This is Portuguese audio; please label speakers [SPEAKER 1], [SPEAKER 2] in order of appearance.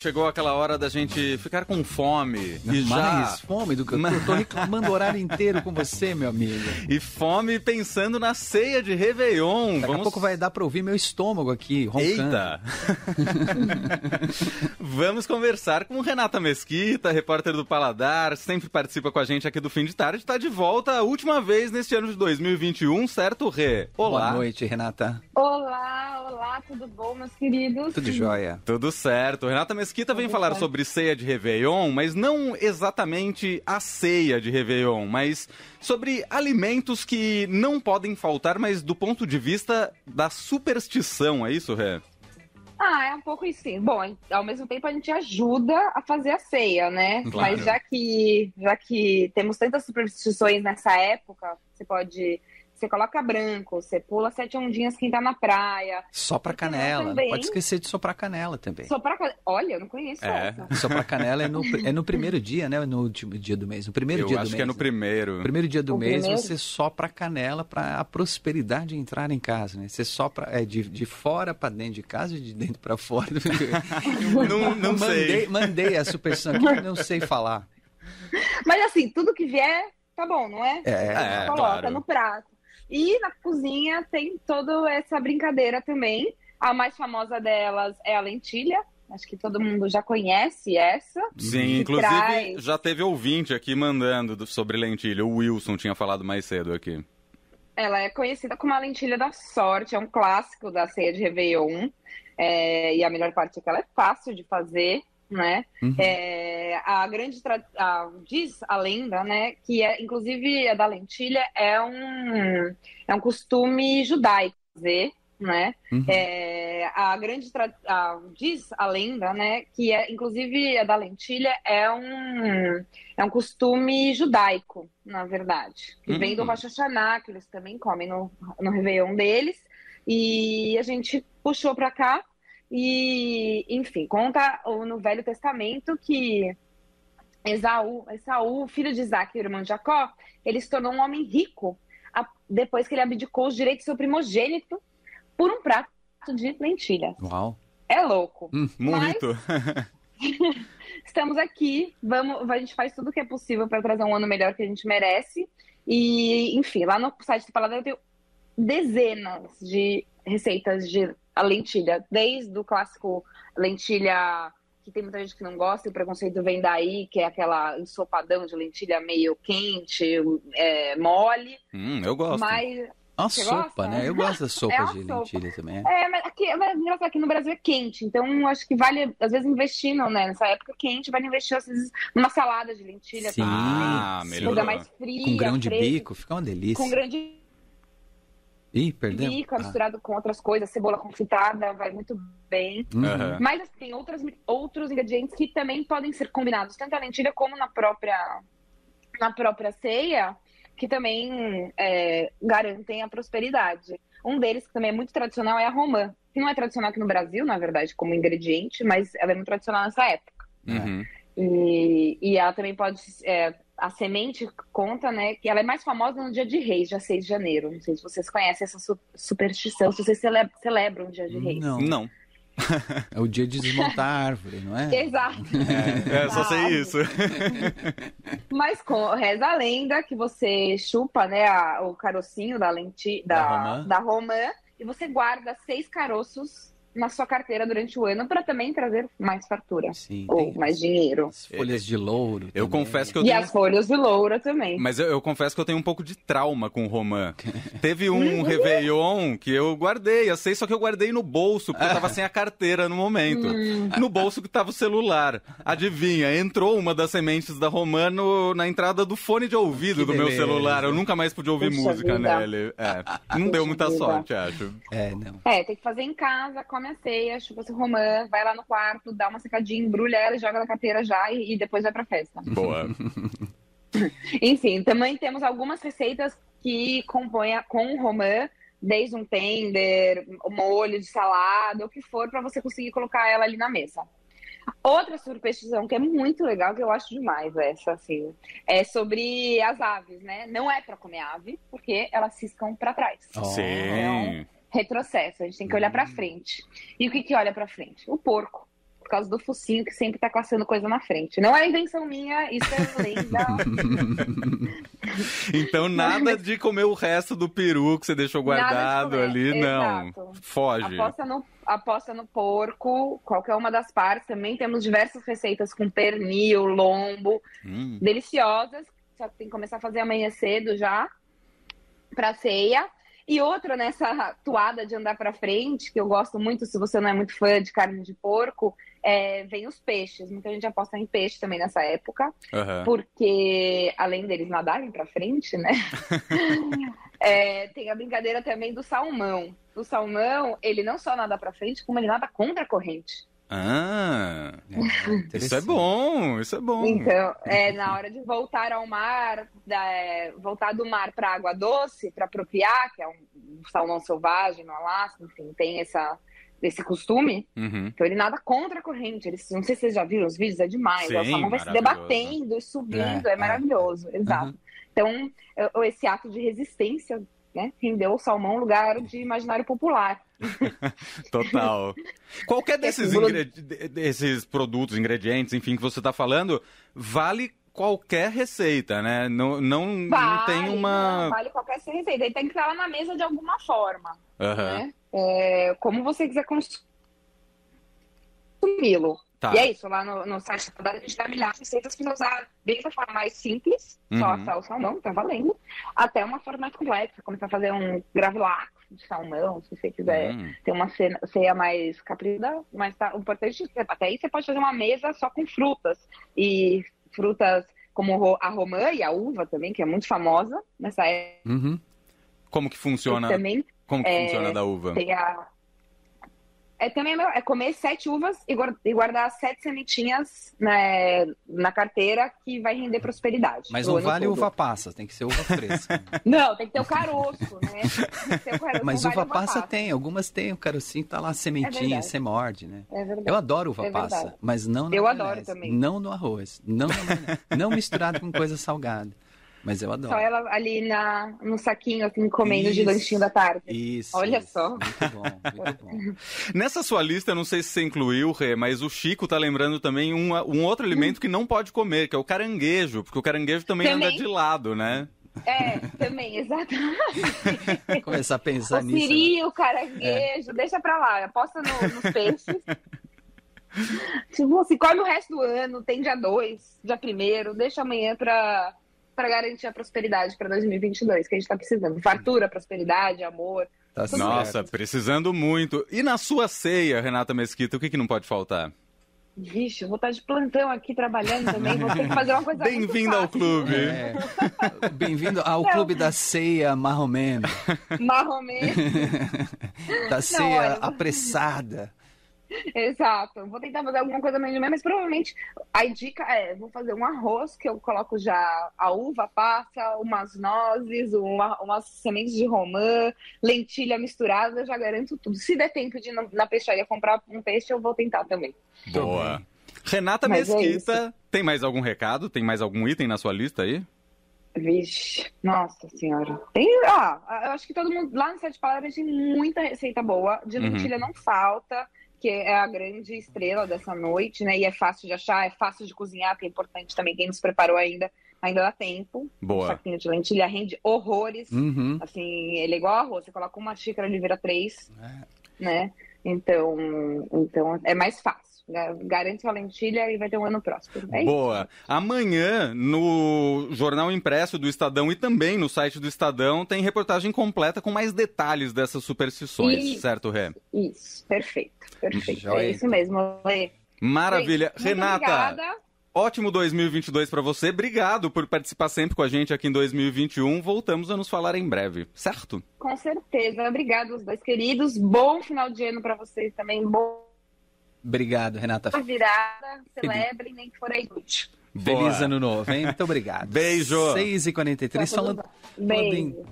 [SPEAKER 1] Chegou aquela hora da gente ficar com fome. E
[SPEAKER 2] Mais
[SPEAKER 1] já.
[SPEAKER 2] fome do que eu tô.
[SPEAKER 1] Mas-
[SPEAKER 2] Eu tô reclamando o horário inteiro com você, meu amigo.
[SPEAKER 1] E fome pensando na ceia de Réveillon.
[SPEAKER 2] Daqui a pouco vai dar pra ouvir meu estômago aqui, roncando.
[SPEAKER 1] Eita! Vamos conversar com Renata Mesquita, repórter do Paladar, sempre participa com a gente aqui do Fim de Tarde, está de volta a última vez neste ano de 2021, certo, Rê? Olá!
[SPEAKER 2] Boa noite, Renata.
[SPEAKER 3] Olá, olá, tudo bom, meus queridos?
[SPEAKER 2] Tudo jóia.
[SPEAKER 1] Tudo certo. Renata Mesquita vem falar sobre ceia de Réveillon, mas não exatamente a ceia de Réveillon, mas sobre alimentos que não podem faltar, mas do ponto de vista da superstição, é isso, Rê?
[SPEAKER 3] Ah, é um pouco isso. sim. Bom, ao mesmo tempo a gente ajuda a fazer a ceia, né?
[SPEAKER 1] Claro.
[SPEAKER 3] Mas já que, já que temos tantas superstições nessa época, você pode. Você coloca branco, você pula sete ondinhas quem tá na praia.
[SPEAKER 2] Sopra
[SPEAKER 3] Porque não
[SPEAKER 2] canela. Não
[SPEAKER 3] também.
[SPEAKER 2] pode esquecer de soprar canela também.
[SPEAKER 3] Só pra. Olha, eu não conheço
[SPEAKER 1] É.
[SPEAKER 3] essa.
[SPEAKER 2] Soprar canela é no, é no primeiro dia, né? No último dia do mês. No primeiro
[SPEAKER 1] Eu
[SPEAKER 2] dia
[SPEAKER 1] acho
[SPEAKER 2] do
[SPEAKER 1] que é
[SPEAKER 2] mês.
[SPEAKER 1] no primeiro.
[SPEAKER 2] Primeiro dia do
[SPEAKER 3] O
[SPEAKER 2] mês
[SPEAKER 3] primeiro?
[SPEAKER 2] você sopra a canela para a prosperidade entrar em casa, né? Você sopra é, de, de fora para dentro de casa e de dentro para fora.
[SPEAKER 1] Não- não sei.
[SPEAKER 2] mandei, Mandei a superstição aqui, eu não sei falar.
[SPEAKER 3] Mas assim, tudo que vier, tá bom, não é?
[SPEAKER 2] É,
[SPEAKER 1] É,
[SPEAKER 3] coloca
[SPEAKER 1] claro.
[SPEAKER 3] no prato. E na cozinha tem toda essa brincadeira também. A mais famosa delas é a lentilha. Acho que todo mundo já conhece essa.
[SPEAKER 1] Sim,
[SPEAKER 3] que
[SPEAKER 1] inclusive
[SPEAKER 3] traz.
[SPEAKER 1] já teve ouvinte aqui mandando do- sobre lentilha. O Wilson tinha falado mais cedo aqui.
[SPEAKER 3] Ela é conhecida como a lentilha da sorte, é um clássico da ceia de Réveillon. É, e a melhor parte é que ela é fácil de fazer, né?
[SPEAKER 2] Uhum.
[SPEAKER 3] É, a grande tra- a- diz a lenda, né, que é, inclusive a da lentilha é um é um costume judaico fazer, né?
[SPEAKER 2] Uhum.
[SPEAKER 3] É, a grande tra- a- diz a lenda, né, que é inclusive a da lentilha é um é um costume judaico, na verdade, que vem do
[SPEAKER 1] Uhum.
[SPEAKER 3] Rosh Hashanah, que eles também comem no no Réveillon deles. E a gente puxou pra cá e, enfim, conta o- no Velho Testamento que Esaú, Esaú, filho de Isaac e irmão de Jacó, ele se tornou um homem rico a- depois que ele abdicou os direitos do seu primogênito por um prato de lentilha.
[SPEAKER 2] Uau.
[SPEAKER 3] É louco. Mas-
[SPEAKER 1] Muito.
[SPEAKER 3] Estamos aqui, vamos, a gente faz tudo o que é possível para trazer um ano melhor que a gente merece. E, enfim, lá no site do Paladar eu tenho dezenas de receitas de a lentilha, desde o clássico lentilha que tem muita gente que não gosta, e o preconceito vem daí, que é aquela ensopadão de lentilha meio quente, é, mole,
[SPEAKER 1] Hum, eu gosto.
[SPEAKER 3] mas
[SPEAKER 2] É uma
[SPEAKER 3] Você
[SPEAKER 2] sopa,
[SPEAKER 3] gosta?
[SPEAKER 2] né? Eu gosto das
[SPEAKER 3] É
[SPEAKER 2] sopas
[SPEAKER 3] uma
[SPEAKER 2] de
[SPEAKER 3] sopa.
[SPEAKER 2] lentilha também. é.
[SPEAKER 3] É, mas aqui, mas engraçado, aqui no Brasil é quente, então acho que vale, às vezes, investir, não, né? Nessa época quente, vale investir, às vezes, numa salada de lentilha,
[SPEAKER 2] Sim,
[SPEAKER 1] Ah,
[SPEAKER 2] sim.
[SPEAKER 1] melhorou.
[SPEAKER 3] coisa mais fria.
[SPEAKER 2] Com grão de
[SPEAKER 3] fresca,
[SPEAKER 2] bico, fica uma delícia.
[SPEAKER 3] Com grão de
[SPEAKER 2] Ih, perdeu.
[SPEAKER 3] bico,
[SPEAKER 2] Ah,
[SPEAKER 3] misturado com outras coisas, cebola confitada, vai muito bem.
[SPEAKER 2] uhum.
[SPEAKER 1] Aham.
[SPEAKER 3] Mas assim, tem outras, outros ingredientes que também podem ser combinados, tanto na lentilha como na própria, na própria ceia, que também é, garantem a prosperidade. Um deles, que também é muito tradicional, é a romã, que não é tradicional aqui no Brasil, na verdade, como ingrediente, mas ela é muito tradicional nessa época.
[SPEAKER 1] Uhum.
[SPEAKER 3] E, e ela também pode. é, a semente conta, né, que ela é mais famosa no dia de reis, dia 6 de janeiro. Não sei se vocês conhecem essa su- superstição, se vocês cele- celebram o dia de reis.
[SPEAKER 2] Não,
[SPEAKER 1] Não.
[SPEAKER 2] é o dia de desmontar a árvore, não é?
[SPEAKER 3] Exato.
[SPEAKER 1] É, eu só sei isso.
[SPEAKER 3] Mas com, reza a lenda que você chupa né, a- o carocinho da lenti, da,
[SPEAKER 2] Da
[SPEAKER 3] da,
[SPEAKER 2] romã.
[SPEAKER 3] romã. e você guarda seis caroços na sua carteira durante o ano para também trazer mais fartura
[SPEAKER 2] Sim.
[SPEAKER 3] ou
[SPEAKER 2] tem
[SPEAKER 3] mais dinheiro.
[SPEAKER 2] As folhas de louro.
[SPEAKER 1] Eu
[SPEAKER 2] também.
[SPEAKER 1] confesso que eu
[SPEAKER 3] e
[SPEAKER 1] tenho.
[SPEAKER 3] as folhas de loura também.
[SPEAKER 1] Mas eu, eu confesso que eu tenho um pouco de trauma com o Romã. Teve
[SPEAKER 3] Uhum.
[SPEAKER 1] um Réveillon que eu guardei, eu sei, só que eu guardei no bolso, porque eu tava sem a carteira no momento.
[SPEAKER 3] Uhum. Hum.
[SPEAKER 1] No bolso que tava o celular. Adivinha, entrou uma das sementes da Romã no- na entrada do fone de ouvido
[SPEAKER 2] Que
[SPEAKER 1] do meu
[SPEAKER 2] beleza.
[SPEAKER 1] celular. Eu nunca mais pude ouvir
[SPEAKER 3] Puxa
[SPEAKER 1] música
[SPEAKER 3] vida.
[SPEAKER 1] nele. É, não
[SPEAKER 3] Puxa
[SPEAKER 1] deu muita
[SPEAKER 3] vida.
[SPEAKER 1] sorte, acho.
[SPEAKER 2] É, não.
[SPEAKER 3] É, tem que fazer em casa, come a ceia, chupa seu romã, vai lá no quarto, dá uma secadinha, embrulha ela e joga na carteira já e, e depois vai pra festa.
[SPEAKER 1] Boa.
[SPEAKER 3] Enfim, também temos algumas receitas que compõem a- com o romã, desde um tender, um molho de salada, o que for, para você conseguir colocar ela ali na mesa. Outra superstição que é muito legal, que eu acho demais essa, assim, é sobre as aves, né? Não é para comer ave, porque elas ciscam para trás.
[SPEAKER 2] Ó.
[SPEAKER 1] Sim.
[SPEAKER 3] Retrocesso, a gente tem que olhar para frente. E o que que olha para frente? O porco. por causa do focinho que sempre tá caçando coisa na frente. Não é invenção minha, isso é lenda.
[SPEAKER 1] Então nada de comer o resto do peru que você deixou
[SPEAKER 3] Nada de
[SPEAKER 1] guardado
[SPEAKER 3] comer,
[SPEAKER 1] ali, não.
[SPEAKER 3] exato.
[SPEAKER 1] Foge.
[SPEAKER 3] Aposta no, aposta no porco, qualquer uma das partes. Também temos diversas receitas com pernil, lombo,
[SPEAKER 1] Hum.
[SPEAKER 3] deliciosas. Só que tem que começar a fazer amanhã cedo já, pra ceia. E outra nessa toada de andar pra frente, que eu gosto muito, se você não é muito fã de carne de porco, é, vem os peixes. Muita gente aposta em peixe também nessa época.
[SPEAKER 1] Aham.
[SPEAKER 3] Porque, além deles nadarem pra frente, né? É, tem a brincadeira também do salmão. O salmão, ele não só nada pra frente, como ele nada contra a corrente.
[SPEAKER 1] Ah, isso é
[SPEAKER 2] interessante.
[SPEAKER 1] bom, isso é bom.
[SPEAKER 3] Então, é, na hora de voltar ao mar, da- é, voltar do mar pra água doce, pra apropriar, que é um um salmão selvagem no Alasca, enfim, tem essa, esse costume.
[SPEAKER 1] Uhum.
[SPEAKER 3] Então ele nada contra a corrente. Ele, não sei se vocês já viram os vídeos, é demais.
[SPEAKER 1] Sim,
[SPEAKER 3] o salmão vai se
[SPEAKER 1] maravilhoso.
[SPEAKER 3] debatendo e subindo,
[SPEAKER 2] É,
[SPEAKER 3] é,
[SPEAKER 2] é.
[SPEAKER 3] maravilhoso. Exato. Então, eu- esse ato de resistência né, rendeu ao salmão um lugar de imaginário popular.
[SPEAKER 1] Total. Qualquer
[SPEAKER 3] É
[SPEAKER 1] desses, ingredi- de- desses produtos, ingredientes, enfim, que você tá falando, vale qualquer receita, né? Não, não, não tem
[SPEAKER 3] não,
[SPEAKER 1] uma.
[SPEAKER 3] né, vale qualquer receita. Ele tem que estar lá na mesa de alguma forma.
[SPEAKER 1] Aham.
[SPEAKER 3] né? É, como você quiser cons- consumi-lo.
[SPEAKER 1] Tá.
[SPEAKER 3] E é isso, lá no, no site da faculdade a gente dá milhares de receitas para usar desde a forma mais simples, só
[SPEAKER 1] Uhum.
[SPEAKER 3] assar o salmão, tá valendo, até uma forma mais complexa, começar a fazer um gravilax de salmão, se você quiser
[SPEAKER 1] Hum.
[SPEAKER 3] ter uma cena- ceia mais caprida, mas tá, o importante é que até aí você pode fazer uma mesa só com frutas, e frutas como ro- a romã e a uva também, que é muito famosa nessa época
[SPEAKER 2] Uhum.
[SPEAKER 1] Como que funciona? né?
[SPEAKER 3] também,
[SPEAKER 1] Como que
[SPEAKER 3] é,
[SPEAKER 1] funciona da uva?
[SPEAKER 3] Tem a- É também meu, é comer sete uvas e guar- e guardar sete sementinhas né, na carteira que vai render prosperidade.
[SPEAKER 2] Mas
[SPEAKER 3] o
[SPEAKER 2] não
[SPEAKER 3] ano
[SPEAKER 2] vale
[SPEAKER 3] todo.
[SPEAKER 2] uva passa, tem que ser uva fresca.
[SPEAKER 3] Não, tem que ter o caroço, né? Tem que ter o caroço,
[SPEAKER 2] Mas
[SPEAKER 3] não vale É
[SPEAKER 2] uva passa tem, algumas tem, o carocinho tá lá, sementinha,
[SPEAKER 3] verdade.
[SPEAKER 2] você morde, né?
[SPEAKER 3] É verdade.
[SPEAKER 2] Eu adoro uva
[SPEAKER 3] É verdade.
[SPEAKER 2] passa, mas não na
[SPEAKER 3] Eu adoro
[SPEAKER 2] maionese,
[SPEAKER 3] também.
[SPEAKER 2] Não no arroz, não, na maionese, não misturado com coisa salgada. Mas eu adoro.
[SPEAKER 3] Só é ela ali na, no saquinho, assim, comendo de
[SPEAKER 2] Isso.
[SPEAKER 3] lanchinho da tarde.
[SPEAKER 2] Isso.
[SPEAKER 3] Olha
[SPEAKER 2] isso.
[SPEAKER 3] só.
[SPEAKER 2] Muito bom, muito bom.
[SPEAKER 1] Nessa sua lista, eu não sei se você incluiu, Rê, mas o Chico tá lembrando também um, um outro
[SPEAKER 3] Hum.
[SPEAKER 1] alimento que não pode comer, que é o caranguejo, porque o caranguejo também,
[SPEAKER 3] Também.
[SPEAKER 1] anda de lado, né?
[SPEAKER 3] É, também, exato.
[SPEAKER 2] Começar a pensar
[SPEAKER 3] O
[SPEAKER 2] nisso. né?
[SPEAKER 3] siri, o
[SPEAKER 1] É.
[SPEAKER 3] caranguejo, deixa pra lá, aposta no, nos peixes. tipo, se come o resto do ano, tem dia 2, dia 1 deixa amanhã pra, pra garantir a prosperidade pra 2022, que a gente tá precisando. Fartura, prosperidade, amor.
[SPEAKER 2] Tá
[SPEAKER 3] Tudo
[SPEAKER 1] Nossa,
[SPEAKER 2] certo.
[SPEAKER 1] precisando muito. E na sua ceia, Renata Mesquita, o que, que não pode faltar?
[SPEAKER 3] Vixe, eu vou estar de plantão aqui trabalhando também, vou ter que fazer uma coisa é muito
[SPEAKER 1] Bem-vindo ao
[SPEAKER 3] fácil.
[SPEAKER 1] clube.
[SPEAKER 2] É. Bem-vindo ao
[SPEAKER 3] Não.
[SPEAKER 2] Clube da Ceia Marromeno,
[SPEAKER 3] Marromê.
[SPEAKER 2] da ceia
[SPEAKER 3] olha, eu-
[SPEAKER 2] apressada.
[SPEAKER 3] Exato. Vou tentar fazer alguma coisa mais de mãe, mas provavelmente a dica é: vou fazer um arroz que eu coloco já a uva passa, umas nozes, uma- umas sementes de romã, lentilha misturada, eu já garanto tudo. Se der tempo de ir na, na peixaria comprar um peixe, eu vou tentar também.
[SPEAKER 2] Tô
[SPEAKER 1] Boa.
[SPEAKER 2] bem.
[SPEAKER 1] Renata
[SPEAKER 3] Mas é
[SPEAKER 1] Mesquita, tem mais algum recado? Tem mais algum item na sua lista aí?
[SPEAKER 3] Vixe, nossa senhora. Tem, ah, eu acho que todo mundo lá no Sete Palavras tem muita receita boa. De
[SPEAKER 1] Uhum.
[SPEAKER 3] lentilha não falta, que é a grande estrela dessa noite, né? E é fácil de achar, é fácil de cozinhar, que é importante também. Quem nos preparou ainda, ainda dá tempo. O
[SPEAKER 1] Boa. Hum.
[SPEAKER 3] saquinho de lentilha rende horrores.
[SPEAKER 2] Uhum.
[SPEAKER 3] Assim, ele é igual arroz, você coloca uma xícara, ele vira três,
[SPEAKER 2] É.
[SPEAKER 3] né? Então, então é mais fácil. Ga- Garante sua lentilha e vai ter um ano próspero. É isso.
[SPEAKER 1] Boa. Amanhã, no Jornal Impresso do Estadão e também no site do Estadão, tem reportagem completa com mais detalhes dessas superstições,
[SPEAKER 3] Isso.
[SPEAKER 1] certo, Rê?
[SPEAKER 3] Isso, perfeito, perfeito.
[SPEAKER 2] Joia,
[SPEAKER 3] É isso mesmo, Lê.
[SPEAKER 1] então. Maravilha.
[SPEAKER 3] Gente, muito
[SPEAKER 1] Renata,
[SPEAKER 3] obrigada.
[SPEAKER 1] ótimo 2022 pra você. Obrigado por participar sempre com a gente aqui em 2021. Voltamos a nos falar em breve, certo?
[SPEAKER 3] Com certeza. Obrigada os dois queridos. Bom final de ano para vocês também. Boa
[SPEAKER 2] Obrigado, Renata.
[SPEAKER 3] virada. Celebrem, nem que for aí útil.
[SPEAKER 1] Boa.
[SPEAKER 2] Feliz ano novo, hein? Muito obrigado.
[SPEAKER 1] Beijo.
[SPEAKER 3] Tá
[SPEAKER 2] 6h43, falando, falando em
[SPEAKER 3] Beijo.